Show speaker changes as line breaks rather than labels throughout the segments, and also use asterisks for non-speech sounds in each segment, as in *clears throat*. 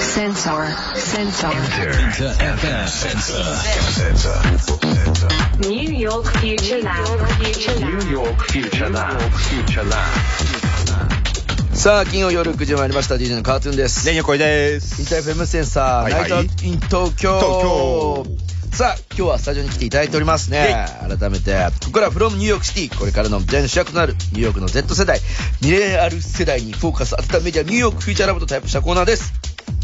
sensor, sensor.
Inter FM.
New York Future Lab, Future Lab.
York Future Lab. Future Lab.
さあ、金曜夜9時まいりました。DJ のカートゥーンです。
ねゆこいです。
インター FM センサー、
はいはい
ナイトイン東京。
東
さあ、今日はスタジオに来ていただいておりますね。改めて、ここからは from ニューヨークシティ。これからの時代の主役となるニューヨークの Z 世代、ミレアル世代にフォーカス当てたメディア、ニューヨークフューチャーラブとタイプしたコーナーです。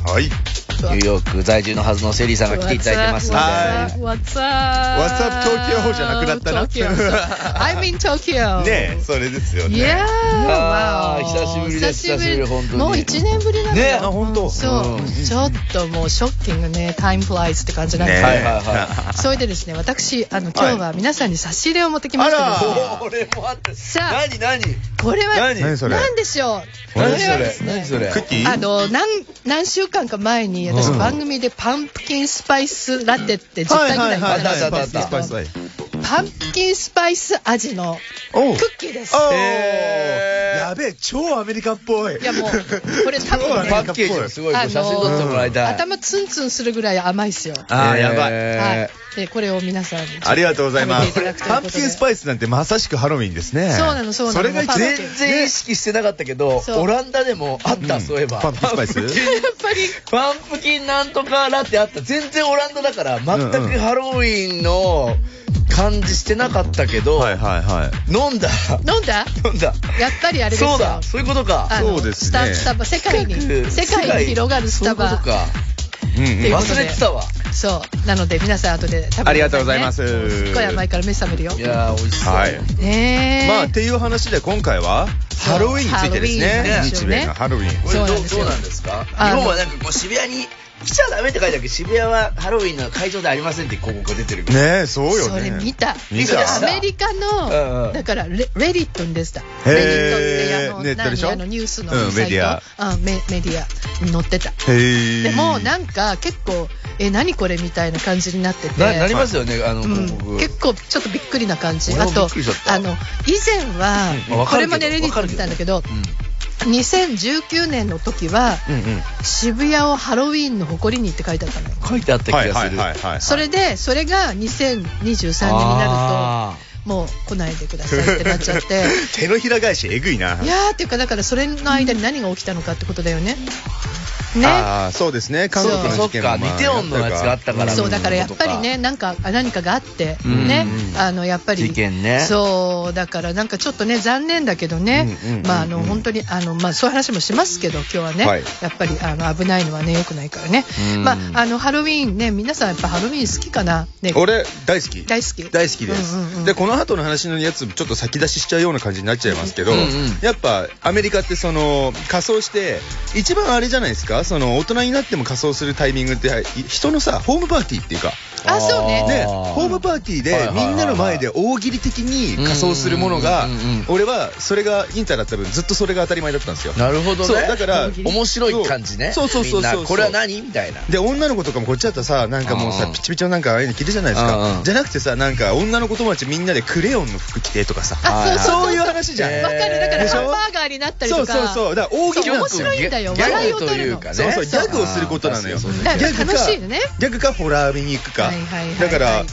はい。
ニューヨーク在住のはずのセリーさんが来ていただいてますので。
What's
What's up?
What's up, Tokyo? じゃなくなったな
Tokyo. So, I'm in
*laughs*
Tokyo.
ねえ、それですよ
Yeah.
ね。
あー
wow.
久しぶりです久しぶり本当に
もう1年ぶりなのよ。
ねえ
あ本当
そう、
うん
ちょっともうショッキングね。タイムプライスって感じなんですけど。
はいはいは
それでですね、私、あの、今日は皆さんに差し入れを持ってきましたですね、
これもあって。
さあ
何何
これは、
何
何それ
何でしょうこれは
何そ
で
れ
す
何
ね、
それ
クッキ
あ
ー
の何何週間か前に私番組でパンプキンスパイスラテって10回ぐらいいただいたんですけど
はいはいは
は
い
い
パンプキンスパイス味のク
おう
ッキーです
おー
えー
やべえ、超アメリカっぽい。
いやもうこれ多分ね
パッケージもすごい、
あの
これ
ー
写真撮ってもらいたい。
頭ツンツンするぐらい甘いですよ
あー、やばい。
えー
はいでこれを皆さんに *laughs*
ありがとうございます。
食べていただくという
パ
こ
ン
とで
プキンスパイスなんてまさしくハロウィンですね。
そうなのそうなの
それが一
パンプ
番
キン
全然意識してなかったけど、
そう
オランダでもあった、そういえば。
パンプキンスパイス
やっぱり
パンプキンなんとかラテあった。全然オランダだから、全
うんう
く
ん
ハロウィンの感じしてなかったけど、
はいはいはい。
飲んだ。
飲んだ
飲んだ。
やっぱりあれですよ
そうだ、そういうことか。
あの
そうですね
スタスタバ
*laughs*
世界に世界に広がるスタバ
そういうことか。
うんうん
ていうこと
忘
で
れてたわ。
そうなので皆さん後で食べてくださいね
ありがとうございます
すっごい甘いから目覚めるよ
いやー、美味しそう。
はい。
ねえ
まあ、っていう話で今回は、
う
ハロウィンについてです
ハロウィ
ね。
ンの話を
日
ね
米のハロウィン。
これどう
そうな
ど
んですよ
うなんですか日
あの
本はなんかこう渋谷に来ちゃダメって書いてあるけど、渋谷はハロウィンの会場ではありませんって広告が出てるけど。
ねえ、そうよ
そ
ね。
れ見た
見
た
それアメリカ
うんうん
のだからレレディットに出てた
へー
レディットってあの
ネットでしょ
何あのニュースの
うん
サイト
メディア
あメメディアに載ってた
へえ。
でもなんか結構え何これみたいな感じになってて
ななりますよね、あの
う
広告。
ん、結構ちょっとびっくりな感じ
俺
あ
もびっ
と
くりしちゃった
あの以前は、
うんまあわか
これ
るけど
までレディットに見たんだけど2019年の時は
うんうん。
渋谷をハロウィンの誇りにって書いてあったのよ
書いてあった気がする。
はい
それでそれが2023年になる
あ
ともう来ないでくださいってなっちゃって
*laughs* 手のひら返しえぐいない
やーっていうかだからそれの間に何が起きたのかってことだよねね
ああそうですね韓国の事件も
そっか
まあ
似ておんのやつがあったから
そうだからやっぱりねなんか何かがあって
うん
ねあのやっぱり
事件ね
そうだからなんかちょっとね残念だけどね
うんうんうんうん
まああの本当にあのまあそういう話もしますけど今日はね
はい
やっぱりあの危ないのはね良くないからね
うん
まああのハロウィーンね皆さんやっぱハロウィーン好きかなね
俺大好き
大好き
大好きです、
うんうんうん
でこの後の話のやつちょっと先出ししちゃうような感じになっちゃいますけど、
うんうん
やっぱアメリカってその仮装して一番あれじゃないですかその大人になっても仮装するタイミングってい人のさホームパーティーっていうか
あそうね
ね、
あー
ホームパーティー
はい
で
はいはい
みんなの前で大喜利的に仮装するものが
うんうんうんうんうん
俺はそれがインターだった分ずっとそれが当たり前だったんですよ
なるほどね。
そうだから
面白い感じね。
そうそうそうそうそう
みんなこれは何みたいな。
で女の子とかもこっちだったらさなんかもう
う
さ
ん
ピチピチのなんかああいうの着るじゃないです
うんう
か
ん
じゃなくてさなんか女の子友達みんなでクレヨンの服着てとかさ
あそうそう
そういう話じゃん
わかるだから
でし
ハ
ょ
ンバーガーになったり
そ
と
う
か
そうそうだから大喜利なん
面
ですよ
白いんだよ
ギャグ
笑いを取
と
る
いう
の
かね
そうそうギ
そう
ャグをすることなのよ
そうそう
だから
ギャグか
楽しいのね
ギャグかホラー見に行くか
はいはいはいはい
だから俺はねそ
ね
なるほど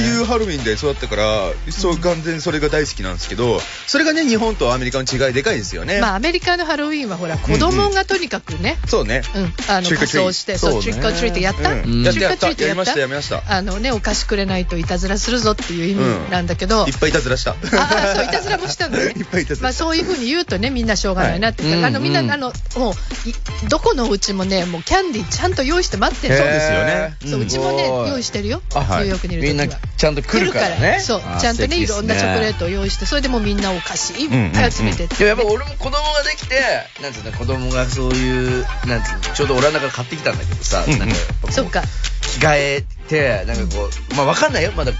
ね
ういうハロウィンで育ったからそう完全にそれが大好きなんですけどそれがね日本とアメリカの違いでかいですよね
まあアメリカのハロウィーンはほら子供がとにかくね
そうね
うん、あの
Trick or treat
仮装して、そう、
そう
チ
ね
ュッカーチュリーってやった、
うん
チュッカーチュリーって
やったやりましたやりまし
あのね、お菓子くれないといたずらするぞっていう意味なんだけど、
いっぱいいたずらした
*laughs* ああそういたずらもしたんだね
*laughs* いっぱいいたずらした
まあ、そういうふうに言うとねみんなしょうがないなって、
はい
あの
うん
みんな、
うん
あのもういどこのうちもねもうキャンディーちゃんと用意して待ってる
そうですよね
そううちもね用意してるよニ
あ
ュ
はい
ーヨークにいる
み
時
ん
は
なちゃんと来るからね。
そう
あ
ちゃんとねいろんなチョコレー。
素敵です
ト
ね
を用意してそれでもうみんなお菓子いっぱい集めてっ
い
て、
ややっぱ俺も子供ができて、なんつうの、子供がそういう、なんつうの、ちょうどオランダから買ってきたんだけどさ、
うんうん
なんかやっぱこう
そっか
着替えて、なんかこう、まあわかんないよ、まだ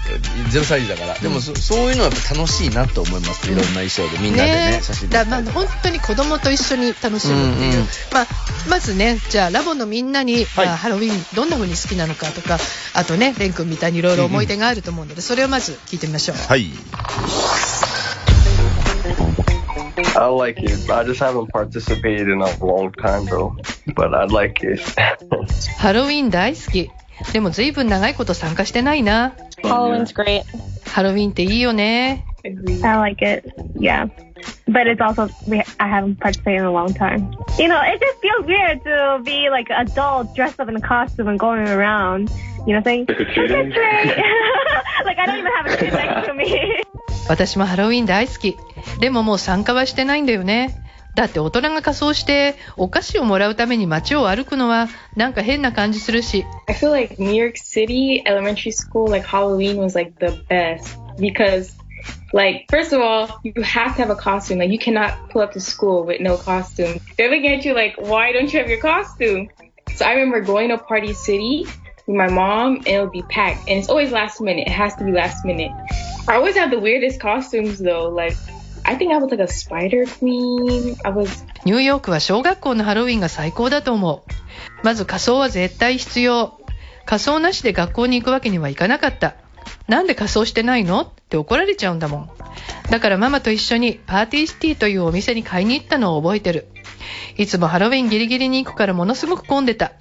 0歳児だから。でもそそういうのはやっぱ楽しいなと思います。いろんな衣装でみんなでね、写真撮
だ
っ
ま
た
あ
りとか
本当に子供と一緒に楽しむっていう、
うんうん
まあ、まずねじゃあラボのみんなに、
はい
まあ、ハロウィンどんな風に好きなのかとかあとねレン君みたいにいろいろ思い出があると思うので、それをまず聞いてみましょう、
はい。
I like it. I just haven't participated in a long time, though. but I'd like it.
ハロウィン大好き。でもずいぶん長いこと参加してないな。
Halloween's great.
ハロウィンっていいよね。
I like it. Yeah. But it's also we I haven't participated in a long time. You know, it just feels weird to be like an adult dressed up in a costume and going around. You know, saying trick or
Trick-or-treating.
treat. *laughs* like I don't even have a kid next to me.
私もハロウィン大好き。でももう参加はしてないんだよね。だって大人が仮装してお菓子をもらうために街を歩くのはなんか変な感じするし。
I feel like New York City elementary school, like Halloween was like the best because, like, first of all, you have to have a costume. Like, you cannot pull up to school with no costume. They're looking at you like, why don't you have your costume? So I remember going to Party City with my mom, and it'll be packed. And it's always last minute. It has to be last minute. I always have the weirdest costumes though. Like, I think I was like a spider queen. I was
ニューヨークは小学校のハロウィンが最高だと思う。まず仮装は絶対必要。仮装なしで学校に行くわけにはいかなかった。なんで仮装してないのって怒られちゃうんだもん。だからママと一緒にパーティーシティというお店に買いに行ったのを覚えてる。いつもハロウィンギリギリに行くからものすごく混んでた。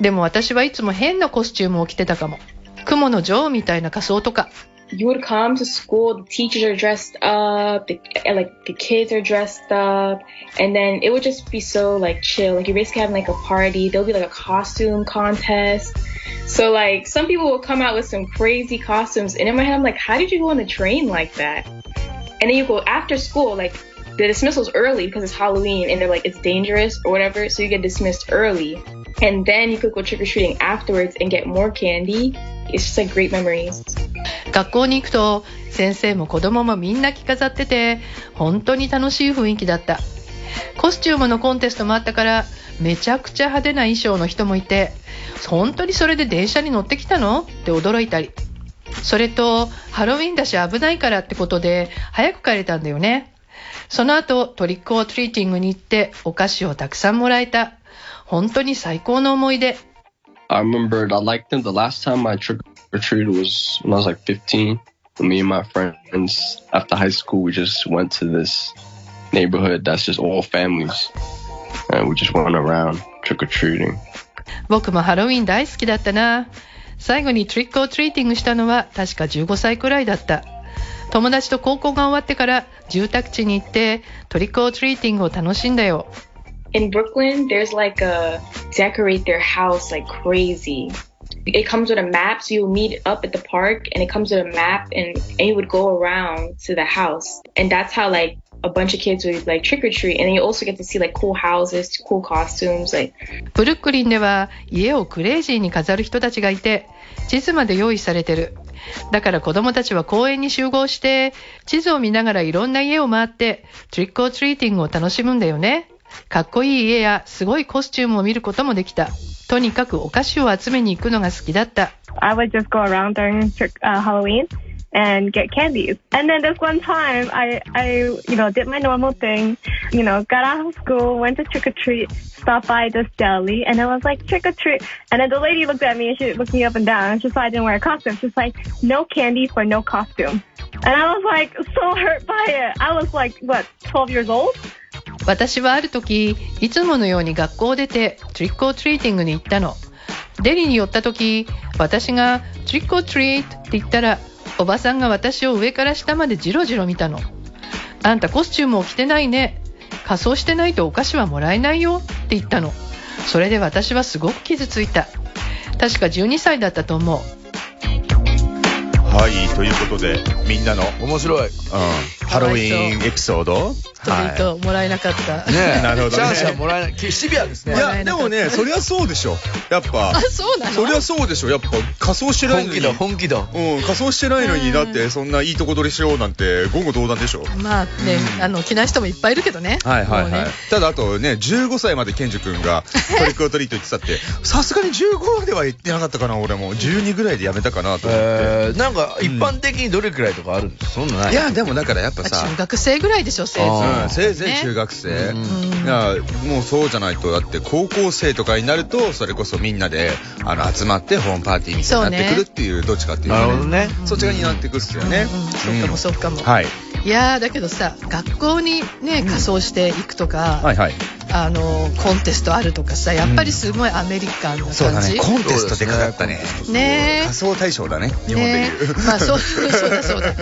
でも私はいつも変なコスチュームを着てたかも。雲の女王みたいな仮装とか。
you would come to school, the teachers are dressed up, the, and, like the kids are dressed up, and then it would just be so like chill. Like you're basically having like a party. There'll be like a costume contest. So like some people will come out with some crazy costumes, and in my head I'm like, how did you go on a train like that? And then you go after school, like the dismissal's early because it's Halloween, and they're like it's dangerous or whatever, so you get dismissed early, and then you could go trick or treating afterwards and get more candy. It's just like great memories.
学校に行くと先生も子供もみんな着飾ってて本当に楽しい雰囲気だったコスチュームのコンテストもあったからめちゃくちゃ派手な衣装の人もいて本当にそれで電車に乗ってきたのって驚いたりそれとハロウィンだし危ないからってことで早く帰れたんだよねその後トリックオートリーティングに行ってお菓子をたくさんもらえた本当に最高の思い出
I remembered I liked them the last time I trick or treated was when I was like 15. Me and my friends after high school, we just went to this neighborhood that's just all families, and we just went around trick or treating.
僕もハロウィン大好きだったな最後にトリックオートリーティングしたのは確か15歳くらいだった友達と高校が終わってから住宅地に行ってトリックオートリーティングを楽しんだよ
in Brooklyn, there's like a decorate their house like crazy. It comes with a map, so you meet up at the park, and it comes with a map, and, and you would go around to the house, and that's how like a bunch of kids would like trick or treat, and then you also get to see like cool houses, cool costumes, like
ブルックリンでは家をクレイジーに飾る人たちがいて地図まで用意されてるだから子供たちは公園に集合して地図を見ながらいろんな家を回ってトリックオートリーティングを楽しむんだよねかっこいい家やすごいコスチュームを見ることもできたとにかくお菓子を集めに行くのが好きだった
I would just go around during trick, uh, Halloween and get candies. And then this one time, I, I, you know, did my normal thing, you know, got out of school, went to trick or treat, stopped by this deli, and I was like, trick or treat. And then the lady looked at me and she looked me up and down. She saw I didn't wear a costume. She's like, no candy for no costume. And I was like, so hurt by it. I was like, what, 12 years old?
私はある時いつものように学校を出てトリックオートリーティングに行ったのデリに寄った時私がトリックオートリートって言ったらおばさんが私を上から下までジロジロ見たのあんたコスチュームを着てないね仮装してないとお菓子はもらえないよって言ったのそれで私はすごく傷ついた確か12歳だったと思う
はい、ということで、みんなの、うん、
面白い。
ハロウィンエピソード
ストレートもらえなかった、
ね *laughs* え、
なるほどね
チャンスはもらえない。シビアです
い
ね。
や、でもね、そりゃそうでしょ。やっぱ
*laughs* あ、そうなの
そりゃそうでしょ。やっぱ、仮装してない
本
の
気
に。
だ、本気だ。
うん、仮装してないのに、だって、そんないいとこ取りしようなんて、言語道断でしょ。
まあね、あの着ない人もいっぱいいるけどね
はいはい
もう
はい
ね。
ただあとね、15歳までケンジ君がトリックオートリート言ってた *laughs* って、さすがに15までは言ってなかったかな、俺も。12ぐらいでやめたかなと思って。
えー、なんか一般的にどれくらいとかあるんですかそんなない
いや、でもだからやっぱさ、
中学生ぐらいでしょせいぜい
うん、
あ
せいぜい中学生、いやもうそうじゃないとだって高校生とかになるとそれこそみんなであの集まってホームパーティーみたいになってくるっていうどっちかっていうと
なるほどね
そっち側になってくるっすよね、
うんそうかもそうかも、
はい
いやーだけどさ学校にね仮装していくとか、
はいはい。
あのコンテストあるとかさやっぱりすごいアメリカンな感じ、
そうだね。コンテストでかかったね。
ねえ
仮想大賞だね。日本で
ね
いう。 *laughs*
まあそうそうだそうだ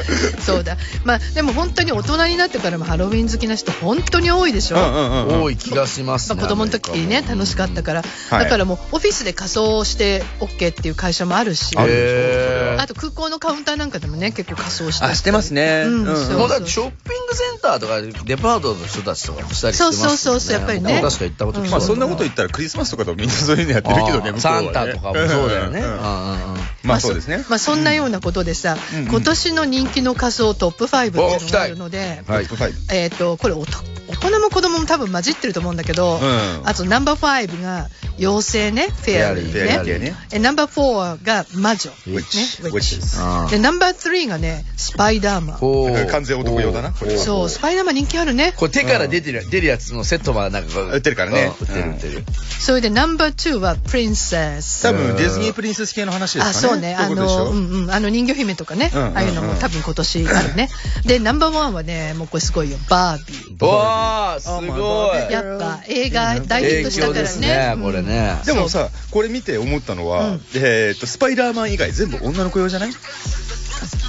そうだまあでも本当に大人になってからもハロウィン好きな人本当に多いでしょ、
うんうんうんうん。
多い気がします
まあ、
ね。
子供の時にね楽しかったから、
はい
だからもうオフィスで仮装して OK っていう会社もあるし
あ
あ
る
へー
と空港のカウンターなんかでもね結構仮装して
あ、してますね。
うんそう
もうだってショッピングセンターとかデパートの人たちとかもしたりしてますもんね
そうそうそうそうやっぱりね
僕も確か行ったこと
うん
まあそんなこと言
っ
ったらクリスマスとかでもみんなそういうのやってるけどね、向こうはね
サンタとかもそうだよね。
んんうん
あ
まあそうですね。
まあ、そんなようなことでさ、
うん
今年の人気の仮装トップ5っていう
お
の
聞き
が
た
あ
い
るので、
はい。う
えっとこれおと大人も子供も多分混じってると思うんだけど、
ん。
あとナンバー5が妖精ねフェアリー
フェアリ
ね
ーね。
えナンバー4が魔女
ウィッチ。
ね
ウィッチです。
あ
でナンバー3がねスパイダーマン
こう
完全男用だなこれは
そうスパイダーマン人気あるね
これ手から出てる、出るやつのセットはなんかこう
売ってるからね
うん売ってる売ってる。
それでナンバー2はプリンセス
多分ディズニープリンセス系の話ですかね。
あそうねあ
いことでしょ
の、うんうん、あの人魚姫とかね、
うんうんうん
ああいうのも多分今年あるねでナンバーワンはねもうこれすごいよバービー
わあすごい。
やっぱ映画大ヒット
影
した
響
か
で
ら
す
ね
ね、
うん
これね。
でもさ、これ見て思ったのは、
うん
えーっと、スパイダーマン以外全部女の子用じゃない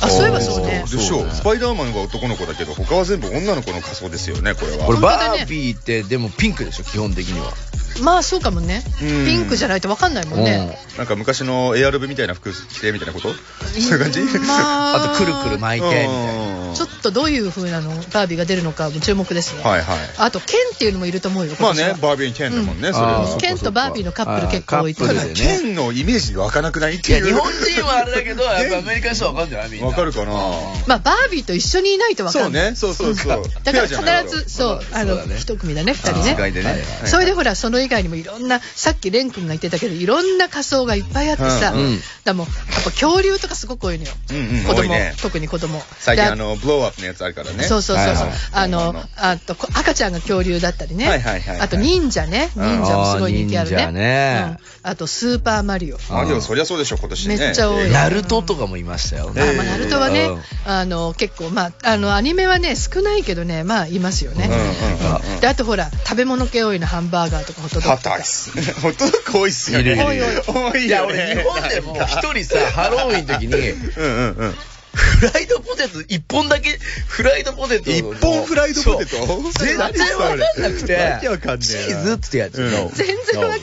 あそういえばそうね
でしょスパイダーマンが男の子だけど、他は全部女の子の仮装ですよね、これは。
こ
本
れ
当だ
バ
ね
ービーってでもピンクでしょ、基本的には。
まあそうかもね
うん
ピンクじゃないと分かんないもんね
うん
なんか昔の ARV みたいな服着てみたいなことそういう感じ
ま
あとくるくる巻いてみたいな。
うん
ちょっとどういう風なのバービーが出るのかも注目ですね、
はいはい。
あとケンっていうのもいると思うよ
まあ
今年は
ね、バービーにケンだもんね、
うん
それ
あーそ
は
っ。か
ケンとバービーのカップル結構多いと
あ
思
た
ー
う
カ
だ
ップルでね
ケンのイメージ湧かなくないっ
い
てい
や、
う。
日本人はあれだけど、やっぱアメリカの人はわかんじゃないみんな。
わかるかな
まあバービーと一緒にいないと分
そ
か
うん
ない
ね、そうそうそう。
だ
フェアじゃな
から
い
必ずそうあ
そう
の
だね
一組だね二
あー
人
世界
ね
でね。
はい
それでほらその以外にもいろんなさっき蓮くんが言ってたけどいろんな仮装がいっぱいあってさ、
うん
うん
だからもうやっぱ恐竜とかすごく多いのよ、
うんうん
子
多い
供、
ね
特に子供
最
で
近あの、ブローアップのやつあるからね。
そうそうそうそう、
はいはい
あのあとこ赤ちゃんが恐竜だったりね、
はいはいはいはい
あと忍者ね
うん
忍者もすごい人気あるね
あー忍者ね
うん、あとスーパーマリオ
マリオそりゃそうでしょ、今年ね。
めっちゃ多い
ナルトとかもいましたよね。
え
あ
ー
まあ、ナルトはね
うん、
あの結構、まあ、あのアニメはね、少ないけどね、まあ、いますよね、
うんうんうんうん
であとほら、食べ物系多いの、ハンバーガーとかホットドッ
ハ
グと
タ
か
イ、ス。ホットドッグ多いっすよね。
いるいるいる
多い
いや、
よね。
俺日本でも一人さ、ハロウィンの時に、
うんうんうん。
フライドポテト、一本だけ、フライドポテトの。
一本フライドポテト
そう全然わかんなくて、
わけわかんね
チ
えな
ーズってやつ
うん
の。
全然わかんない、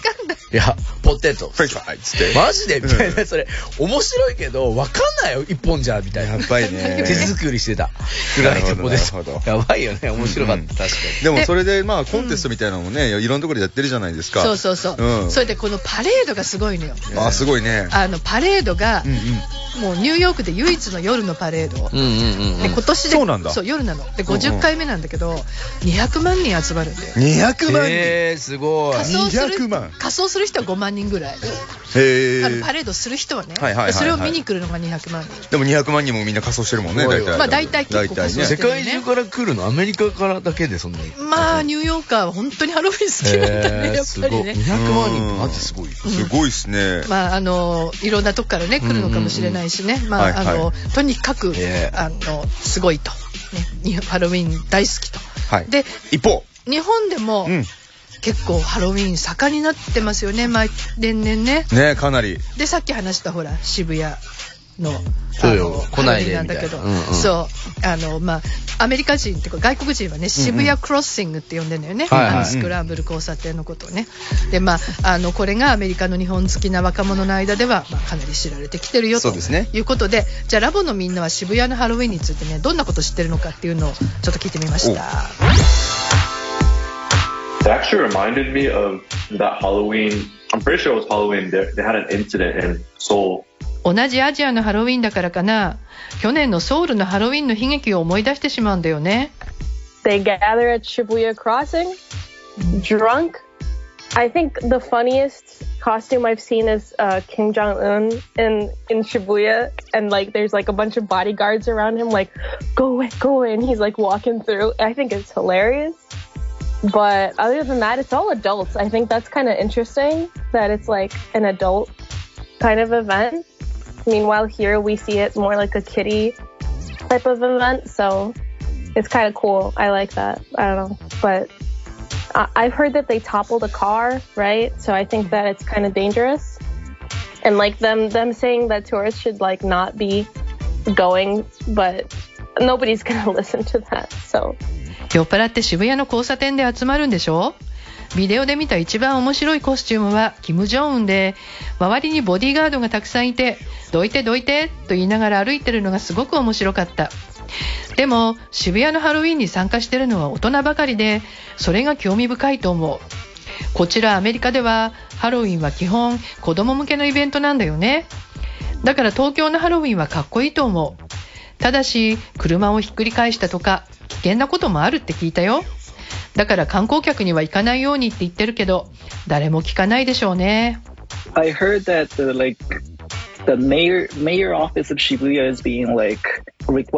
いや、ポテト。
フレンチフライっつって。
マジでみたい
うん
な、それ、面白いけど、わかんないよ、一本じゃ、みたいな。
やばいね
手作りしてた。フライドポテ
なるほどなるほ。
ト
ど
やばいよね、面白かった、
うん
確かに。
でもそれでまあコンテストみたいなのもね、いろんなところでやってるじゃないですか。
そうそうそう、
うん
それでこのパレードがすごいのよ、
まあすごいね。
あのパレードが
うん、うん。
もうニューヨークで唯一の夜のパレード。
うんうんうん
で今年で
そうなんだ
夜なので
うんうん
50回目なんだけど、200万人集まるんだよ
200万人。へ
えー、すごい。
仮装する
200万
仮装する人は5万人ぐらい、あのパ
ー。
レードする人はね、
はいはいはいはい
それを見に来るのが200万人
でも200万人もみんな仮装してるもんね、大体。
まあ大体結構
大
仮装
体
世
ね。
界中から来るのアメリカからだけでそんなに。
まあ、ニューヨーカーは本当にハロウィン
*laughs*
好きなんだね、やっぱり
えー
ね。
すごい200万人ってマジすごいよ。
すごいっすね。
まあ、あの、いろんなとこからね、来るのかもしれないしね。ま
はい
あ、あ
は
の、とにかく
え、
あの、すごいと。ね、ハロウィン大好きと。
はい。
で、
一方。
日本でも
うん。
結構ハロウィン盛んになってますよね、毎年々ね。
ねかなり。
で、さっき話したほら、渋谷の。
そうよ
あの
来ないで
ハロウィンなんだけど、
みたいなうんうん
そう、あの、まあ、アメリカ人っていうか外国人はね、渋谷クロッシングって呼んでんだよね。
はいはい
あのスクランブル交差点のことをね。で、まあ、あの、これがアメリカの日本好きな若者の間では、まあ、かなり知られてきてるよ
そう
と
ですね
いうことで、じゃあラボのみんなは渋谷のハロウィンについてね、どんなこと知ってるのかっていうのをちょっと聞いてみました。
It actually reminded me of that Halloween. I'm pretty sure it was Halloween. They, they had an incident in Seoul.
同じアジアのハロウィンだからかな、去年のソウルのハロウィンの悲劇を思い出してしまうんだよね。
They gather at Shibuya Crossing, drunk.
I think the funniest costume I've seen is uh, Kim Jong Un in in Shibuya, and like there's like a bunch of bodyguards around him, like go away, go away, and he's like walking through. I think it's hilarious. But other than that, it's all adults. I think that's kind of interesting that it's like an adult kind of event. Meanwhile, here we see it more like a kiddie type of event. So it's kind of cool. I like that. I don't know, but I- I've heard that they toppled a car, right? So I think that it's kind of dangerous. And like them, them saying that tourists should like not be going, but nobody's *laughs* gonna listen to that. So
酔っ払って渋谷の交差点で集まるんでしょビデオで見た一番面白いコスチュームはキム・ジョンウンで周りにボディーガードがたくさんいてどいてどいてと言いながら歩いてるのがすごく面白かったでも渋谷のハロウィンに参加してるのは大人ばかりでそれが興味深いと思うこちらアメリカではハロウィンは基本子供向けのイベントなんだよねだから東京のハロウィンはかっこいいと思うただし車をひっくり返したとか危険なこともあるって聞いたよだから観光客には行かないようにって言ってるけど誰も聞かないでしょうね
I heard that the like the mayor mayor office of Shibuya is being like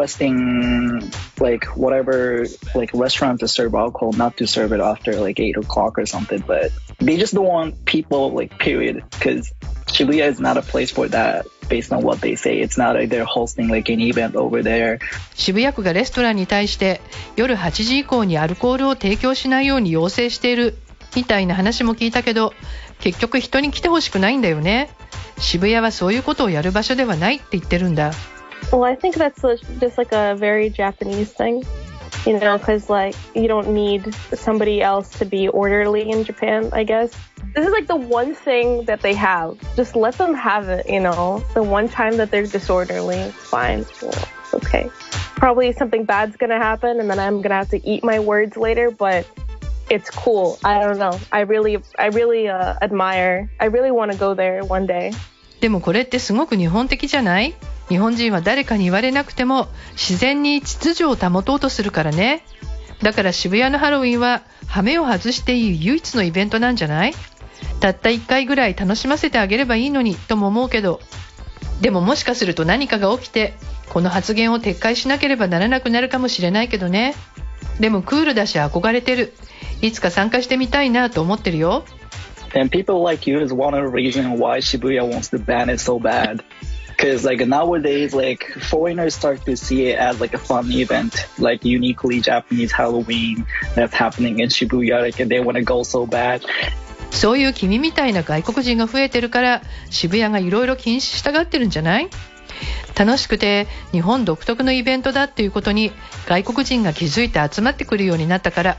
requesting like whatever like restaurant to serve alcohol not to serve it after like eight o'clock or something, but they just don't want people like period because Shibuya is not a place for that based on what they say. It's not like they're hosting like an event over there.
渋谷区がレストランに対して夜8時以降にアルコールを提供しないように要請しているみたいな話も聞いたけど結局人に来てほしくないんだよね渋谷はそういうことをやる場所ではないって言ってるんだ
Well, I think that's li- just like a very Japanese thing, you know, because like you don't need somebody else to be orderly in Japan, I guess. This is like the one thing that they have. Just let them have it, you know. The one time that they're disorderly, it's fine. Well, okay. Probably something bad's gonna happen, and then I'm gonna have to eat my words later, but. It's cool. I don't know. I really, I really uh, admire. I really want to go there one day.
でもこれってすごく日本的じゃない日本人は誰かに言われなくても自然に秩序を保とうとするからねだから渋谷のハロウィンは羽目を外していい唯一のイベントなんじゃないたった1回ぐらい楽しませてあげればいいのにとも思うけどでももしかすると何かが起きてこの発言を撤回しなければならなくなるかもしれないけどねでもクールだし憧れてるいつか参加してみたいなと思ってるよ
And people like you is one of the reason why Shibuya wants to ban it so bad. Because like nowadays, like foreigners start to see it as like a fun event, like uniquely Japanese Halloween that's happening in Shibuya, like, and they want to go so bad.
そういう君みたいな外国人が増えてるから渋谷がいろいろ禁止したがってるんじゃない楽しくて日本独特のイベントだっていうことに外国人が気づいて集まってくるようになったから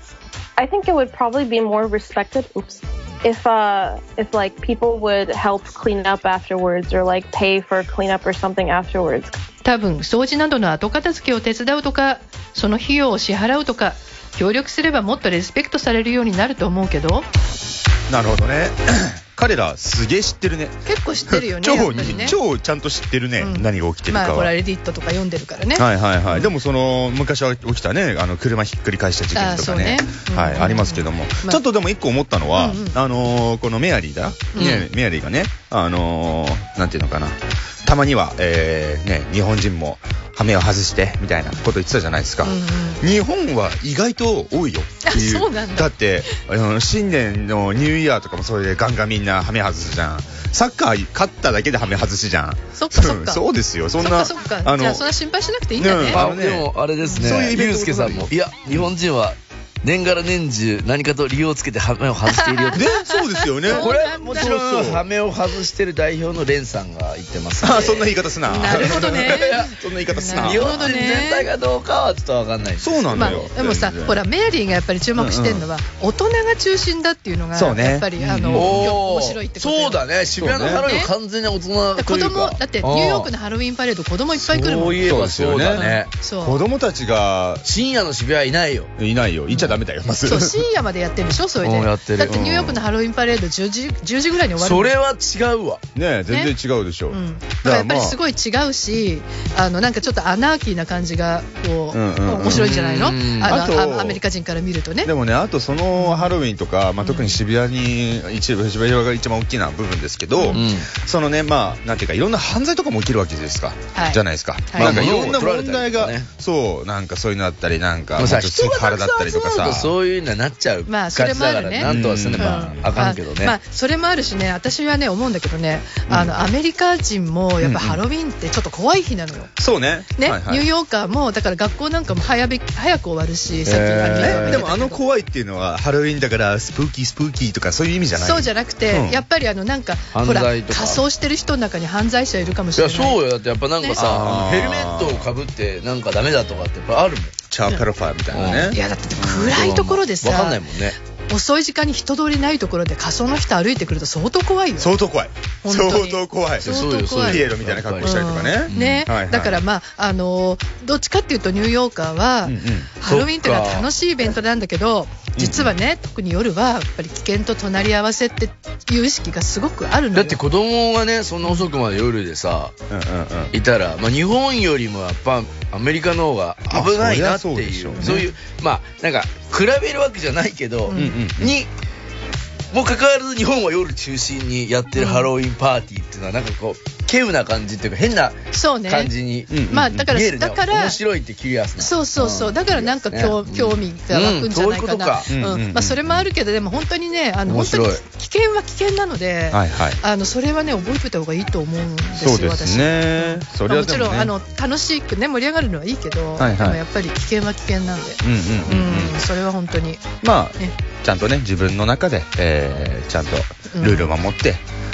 I think it would probably be more respected oops, if uh if like people would help clean up afterwards or like pay for cleanup or something afterwards.
多分掃除などの後片付けを手伝うとかその費用を支払うとか協力すればもっとリスペクトされるようになると思うけど
なるほどね *clears throat* 彼らすげえ知ってるね
結構知ってるよねや
*laughs*
っ
超
ぱりね
超ちゃんと知ってるね、何が起きてるか
まあ
は、
これはレディットとか読んでるからね、
はいはいはい、でもその昔は起きたねあの車ひっくり返した事件とかね
あそうね
はい
うん
ありますけども、
まあ
ちょっとでも一個思ったのは、
うんうん
あのーこのメアリーだ、ねメアリーがねあのーなんていうのかなたまには、えーね、日本人も羽目を外してみたいなこと言ってたじゃないですか、日本は意外と多いよっていう
あそうなんだ
ってあの新年のニューイヤーとかもそれでガンガンみんな羽目外すじゃんサッカー勝っただけで羽目外しじゃん
そっかそっか
そうですよそんな
そっかそっかじゃあそんな心配しなくていいんだね、
あでもあれですね
そういうイベン
ユ
ト
ースケさんもいや日本人は年がら年中何かと理由をつけて羽目を外しているよって
ねそうですよね
これはもちろ
そうそ
ん
う
羽目を外してる代表のレンさんが言ってます
あそんな言い方すな
なるほどね
そ *laughs* んな言い方すな
日本人全体がどうかはちょっとわかんない
そうなの
まあ
よ、、
でもさ
全然
ほらメアリーがやっぱり注目してるのは、大人が中心だっていうのが
そうね
やっぱり、あの
おー
面白いってこと
そうだね渋谷のハロウィンは完全に大人と
子
いう
供
か
だってニューヨークのハロウィンパレード子供いっぱい来るもん
そういえばそうだね
そう
子供たちが
深夜の渋谷はいないよ
いないよいちゃダメだよまず
そう深夜までやってるでしょそれで
うんやってる
だってニューヨークのハロウィンパレード10時 ,10 時ぐらいに終わる
それ
は違うわ
ね全然違うでしょ、
うん、だか
だ
ら
か
や
ら
っぱ
まあ
りすごい違うしあのなんかちょっとアナーキーな感じがこう、
うんうんうん
面白いんじゃないのあ
うん
の
あと
あアメリカ人から見るとね
でもねあとそのハロウィンとか、まあ、特に渋谷に一部渋谷が一番大きな部分ですけど、そのねまあなんていうかいろんな犯罪とかも起きるわけですか、
はい
じゃないですか、
い
なんかいろんな
物を取られ
問
た
題
りと
が、
かね
そうなんかそういうのあったりなんか
もうさ
ちょっとセクハラだったりとかさ
ょっとそういうのになっちゃう
ま
ガ
あ
チ
それ
だ
もあ
か
るね
らなんとはせねばあかんけど
まあ
ね。
それもあるしね私はね思うんだけどね、あのアメリカ人もやっぱハロウィンってちょっと怖い日なのよ、
そうね。
ね
はいはい
ニューヨーカーもだから学校なんかも早べ早く終わるしさっきのあの
えーでもあの怖いっていうのはハロウィンだからスプーキースプーキーとかそういう意味じゃない
そうじゃなくて、
うん
やっぱりあのなんか
犯
ほら
罪
仮
とか
装してる人の中に犯罪者いるかもし
い
れ
や
ない
そうよだってやっぱなんか
ね
さ
あー
ヘルメットをかぶってなんかダメだとかってやっぱあるもん。
チャーペロファーみたいなね、
いやだって暗いところでさ
わかんないもんね。
遅い時間に人通りないところで仮装の人歩いてくると相当怖いよ
相当怖い
本当に
相当怖い
相当怖いそうよ
ピエロみたいな格好したりとかね、
ね、
はいはい
だからまああのーどっちかっていうとニューヨーカーは、ハロウィンというのは楽しいイベントなんだけど実はね、特に夜はやっぱり危険と隣り合わせっていう意識がすごくあるの
だ
よ
って子供がねそんな遅くまで夜でさ、いたら、まあ、日本よりもやっぱアメリカの方が危ないなって
まあそりゃそうで
い
し
う,、
ょうね
そういうまあなんか比べるわけじゃないけど、
うんうん
にもかかわらず日本は夜中心にやってるハロウィンパーティーっていうのはなんかこう稀有な感じっていうか変な
そうね
感じに、
まあだから
見えるね
だから
面白いってキュリアスな
そうそうそう、だからなんか興,、興味が湧くんじゃないかな、
うんそういうことか
うんまあ、それもあるけどでも本当にねあの
面
本当に
白い
危険は危険なので、
はいはい
あのそれはね覚えておいた方がいいと思うんですよ
そうですね
私
それは
まあ
で
もち
もね
ろんあの楽しくね盛り上がるのはいいけど、
はいはい
でもやっぱり危険は危険なんで、
うんうんうんうん
うんそれは本当に
まあ
ね
ちゃんとね自分の中で、えーちゃんとルールを守って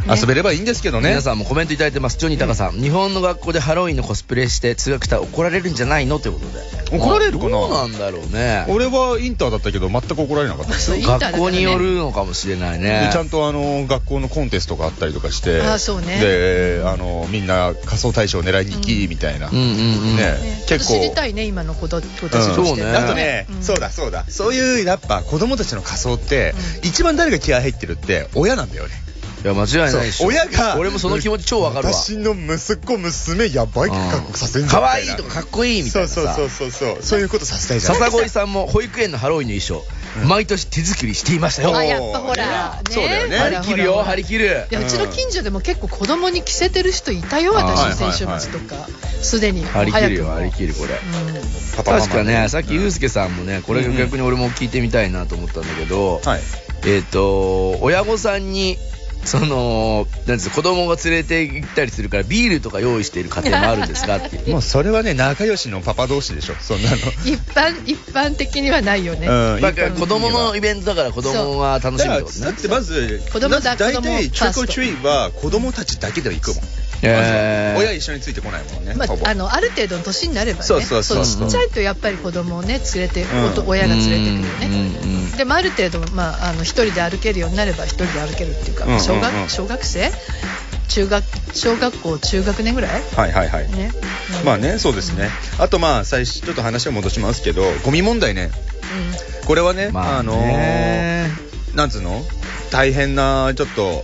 遊べればいいんですけどね,、
皆さんもコメントいただいてますジョニータカさん、日本の学校でハロウィンのコスプレして通学したら怒られるんじゃないのということで
怒られるかな
どうなんだろうね
俺はインターだったけど全く怒られなかったですよ
学校によるのかもしれないね
でちゃんとあの学校のコンテストがあったりとかして
あーそうね
であのみんな仮装大賞を狙いに行きみたいな、ね結
知り
構
たいね今の子たちと
うん
して、
あとね、そうだそうだそういうやっぱ子供たちの仮装って、一番誰が気合入ってるって親なんだよね
いや間違いないでし
そ
ょ
う親が
俺もその気持ち超わかるわ
私の息子娘やばい格好させん
可愛いとかかっこいいみたいな
そう
さ
そうそうそうそうそういうことさせたいじゃない
笹越さんも保育園のハロウィンの衣装、毎年手作りしていましたよ
あやっぱほら、ね
そうだよね
ほら
張り切るよ
ほらほら
張り切る
いやうちの近所でも結構子供に着せてる人いたよ私先週末とかすでに
張り切る
早く
よ
も
張り切るこれ、
パパママ
確かねさっきユうスケさんもねこれ逆に俺も聞いてみたいなと思ったんだけど、えっ、と親御さんにそのなんですか子供が連れて行ったりするからビールとか用意している家庭もあるんですかっていう
もうそれはね仲良しのパパ同士でしょそんなの
一般一般的にはないよね、
うん
だから子供のイベントだから子供は楽しむってこと
だ
ね
ってまず
子供だ
まず大
子供ファ
体
ース
トリック
ト
オアトリートは子供たちだけで行くもん、
えー
親一緒についてこないもんね、
ま
ほぼ
あ、あのある程度の年になればね
そうそうそう
ちっちゃいとやっぱり子供をね連れて、おと親が連れてくるよね、でもある程度、まあ、あの一人で歩けるようになれば一人で歩けるっていうか、
うんうんうん
小学小学生中学小学校中学年ぐらい
はいはいはい、
ね、
まあねそうですねあとまあ最初ちょっと話を戻しますけどゴミ問題ねこれはね、あ、の
ね
ーなんつうの大変なちょっと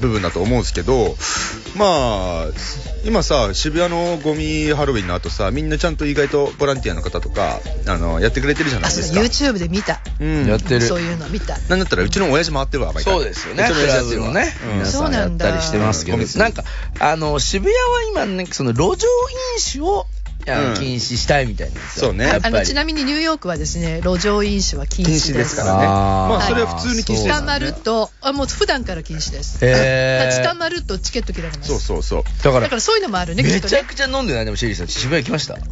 部分だと思うんですけどまあ今さ渋谷のゴミハロウィンの後さみんなちゃんと意外とボランティアの方とかあのやってくれてるじゃないですか
YouTube で見た、
うんやってる
そういうの見た
なんだったらうちの親父回ってるわ毎回
そうですよね
うちの親父やってるわ
クラブ
うん
皆さんやったりしてますけど、
うん
なんかあの渋谷は今ねその路上飲酒をあの
うん
禁止したいみたいなんですよ、
そうね
やっぱ
あ
り
のちなみにニューヨークはですね路上飲酒は禁止です
禁止ですからねまあそれは普通に禁止です
捕まるとあもう普段から禁止です、
へー
だから捕まるとチケット切られます
そうそうそう
だか
だ
ら
からそういうのもあるねき
め
っと
ちゃ
ね
くちゃ飲んでないでもシェリーさん渋谷行きました行っ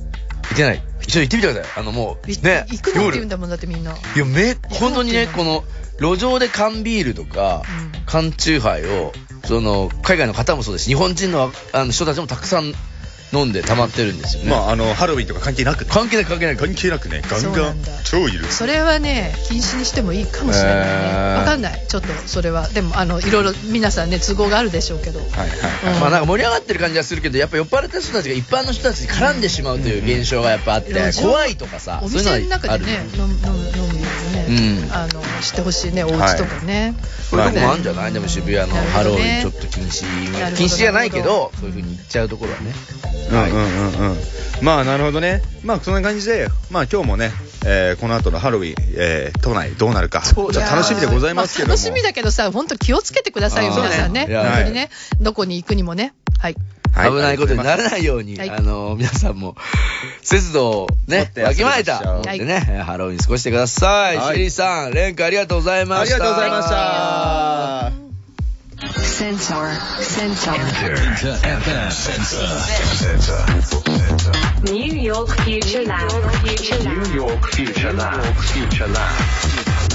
てない一緒に行ってみてくださいあのもうね
行くなって言うんだもんだってみんな
夜いやめ本当にねこの路上で缶ビールとか缶チューハイをその海外の方もそうですし日本人のあの人たちもたくさん飲んで溜まってるんですよね
まああのハロウィンとか関係なくね
関係ない関係ない
関係なくねガン
そう
ガ
な
ン
んだ
超いる
それはね禁止にしてもいいかもしれないね
へー
わかんないちょっとそれはでもあのいろいろ皆さんね都合があるでしょうけど
はい
いはい
まあなんか盛り上がってる感じはするけどやっぱ酔っ払った人たちが一般の人たちに絡んでしまうという現象がやっぱあって
路上
怖いとかさ
お
そういうのは
店の中でね
ある
飲む飲む飲むようにね、
うん
あのしてほしいねお家とかね、
そういうとこもあるんじゃないでも渋谷のハロウィンちょっと禁止
なるほど
禁止じゃないけどそういう風に行っちゃうところはね
うんうんうんうんまあなるほどねまあそんな感じでまあ今日もね、えーこの後のハロウィン、えー都内どうなるかちょっと楽しみでございますけども、
まあ楽しみだけどさ本当気をつけてくださいよ
あー
皆さんね
そうね
本当にねどこに行くにもねはい
は
危ないことにならないように、
はい
あの、皆さんも、節度をね、
遊
わき
びま
ま
しょう
えた、持ってね、ハロウィン過ごしてください。
はい
シェリーさん、レンカありがとうございました。
ありがとうございました。
Sensor. Sensor. New York Future Lab. Future Lab.
New York Future Lab. Future Lab.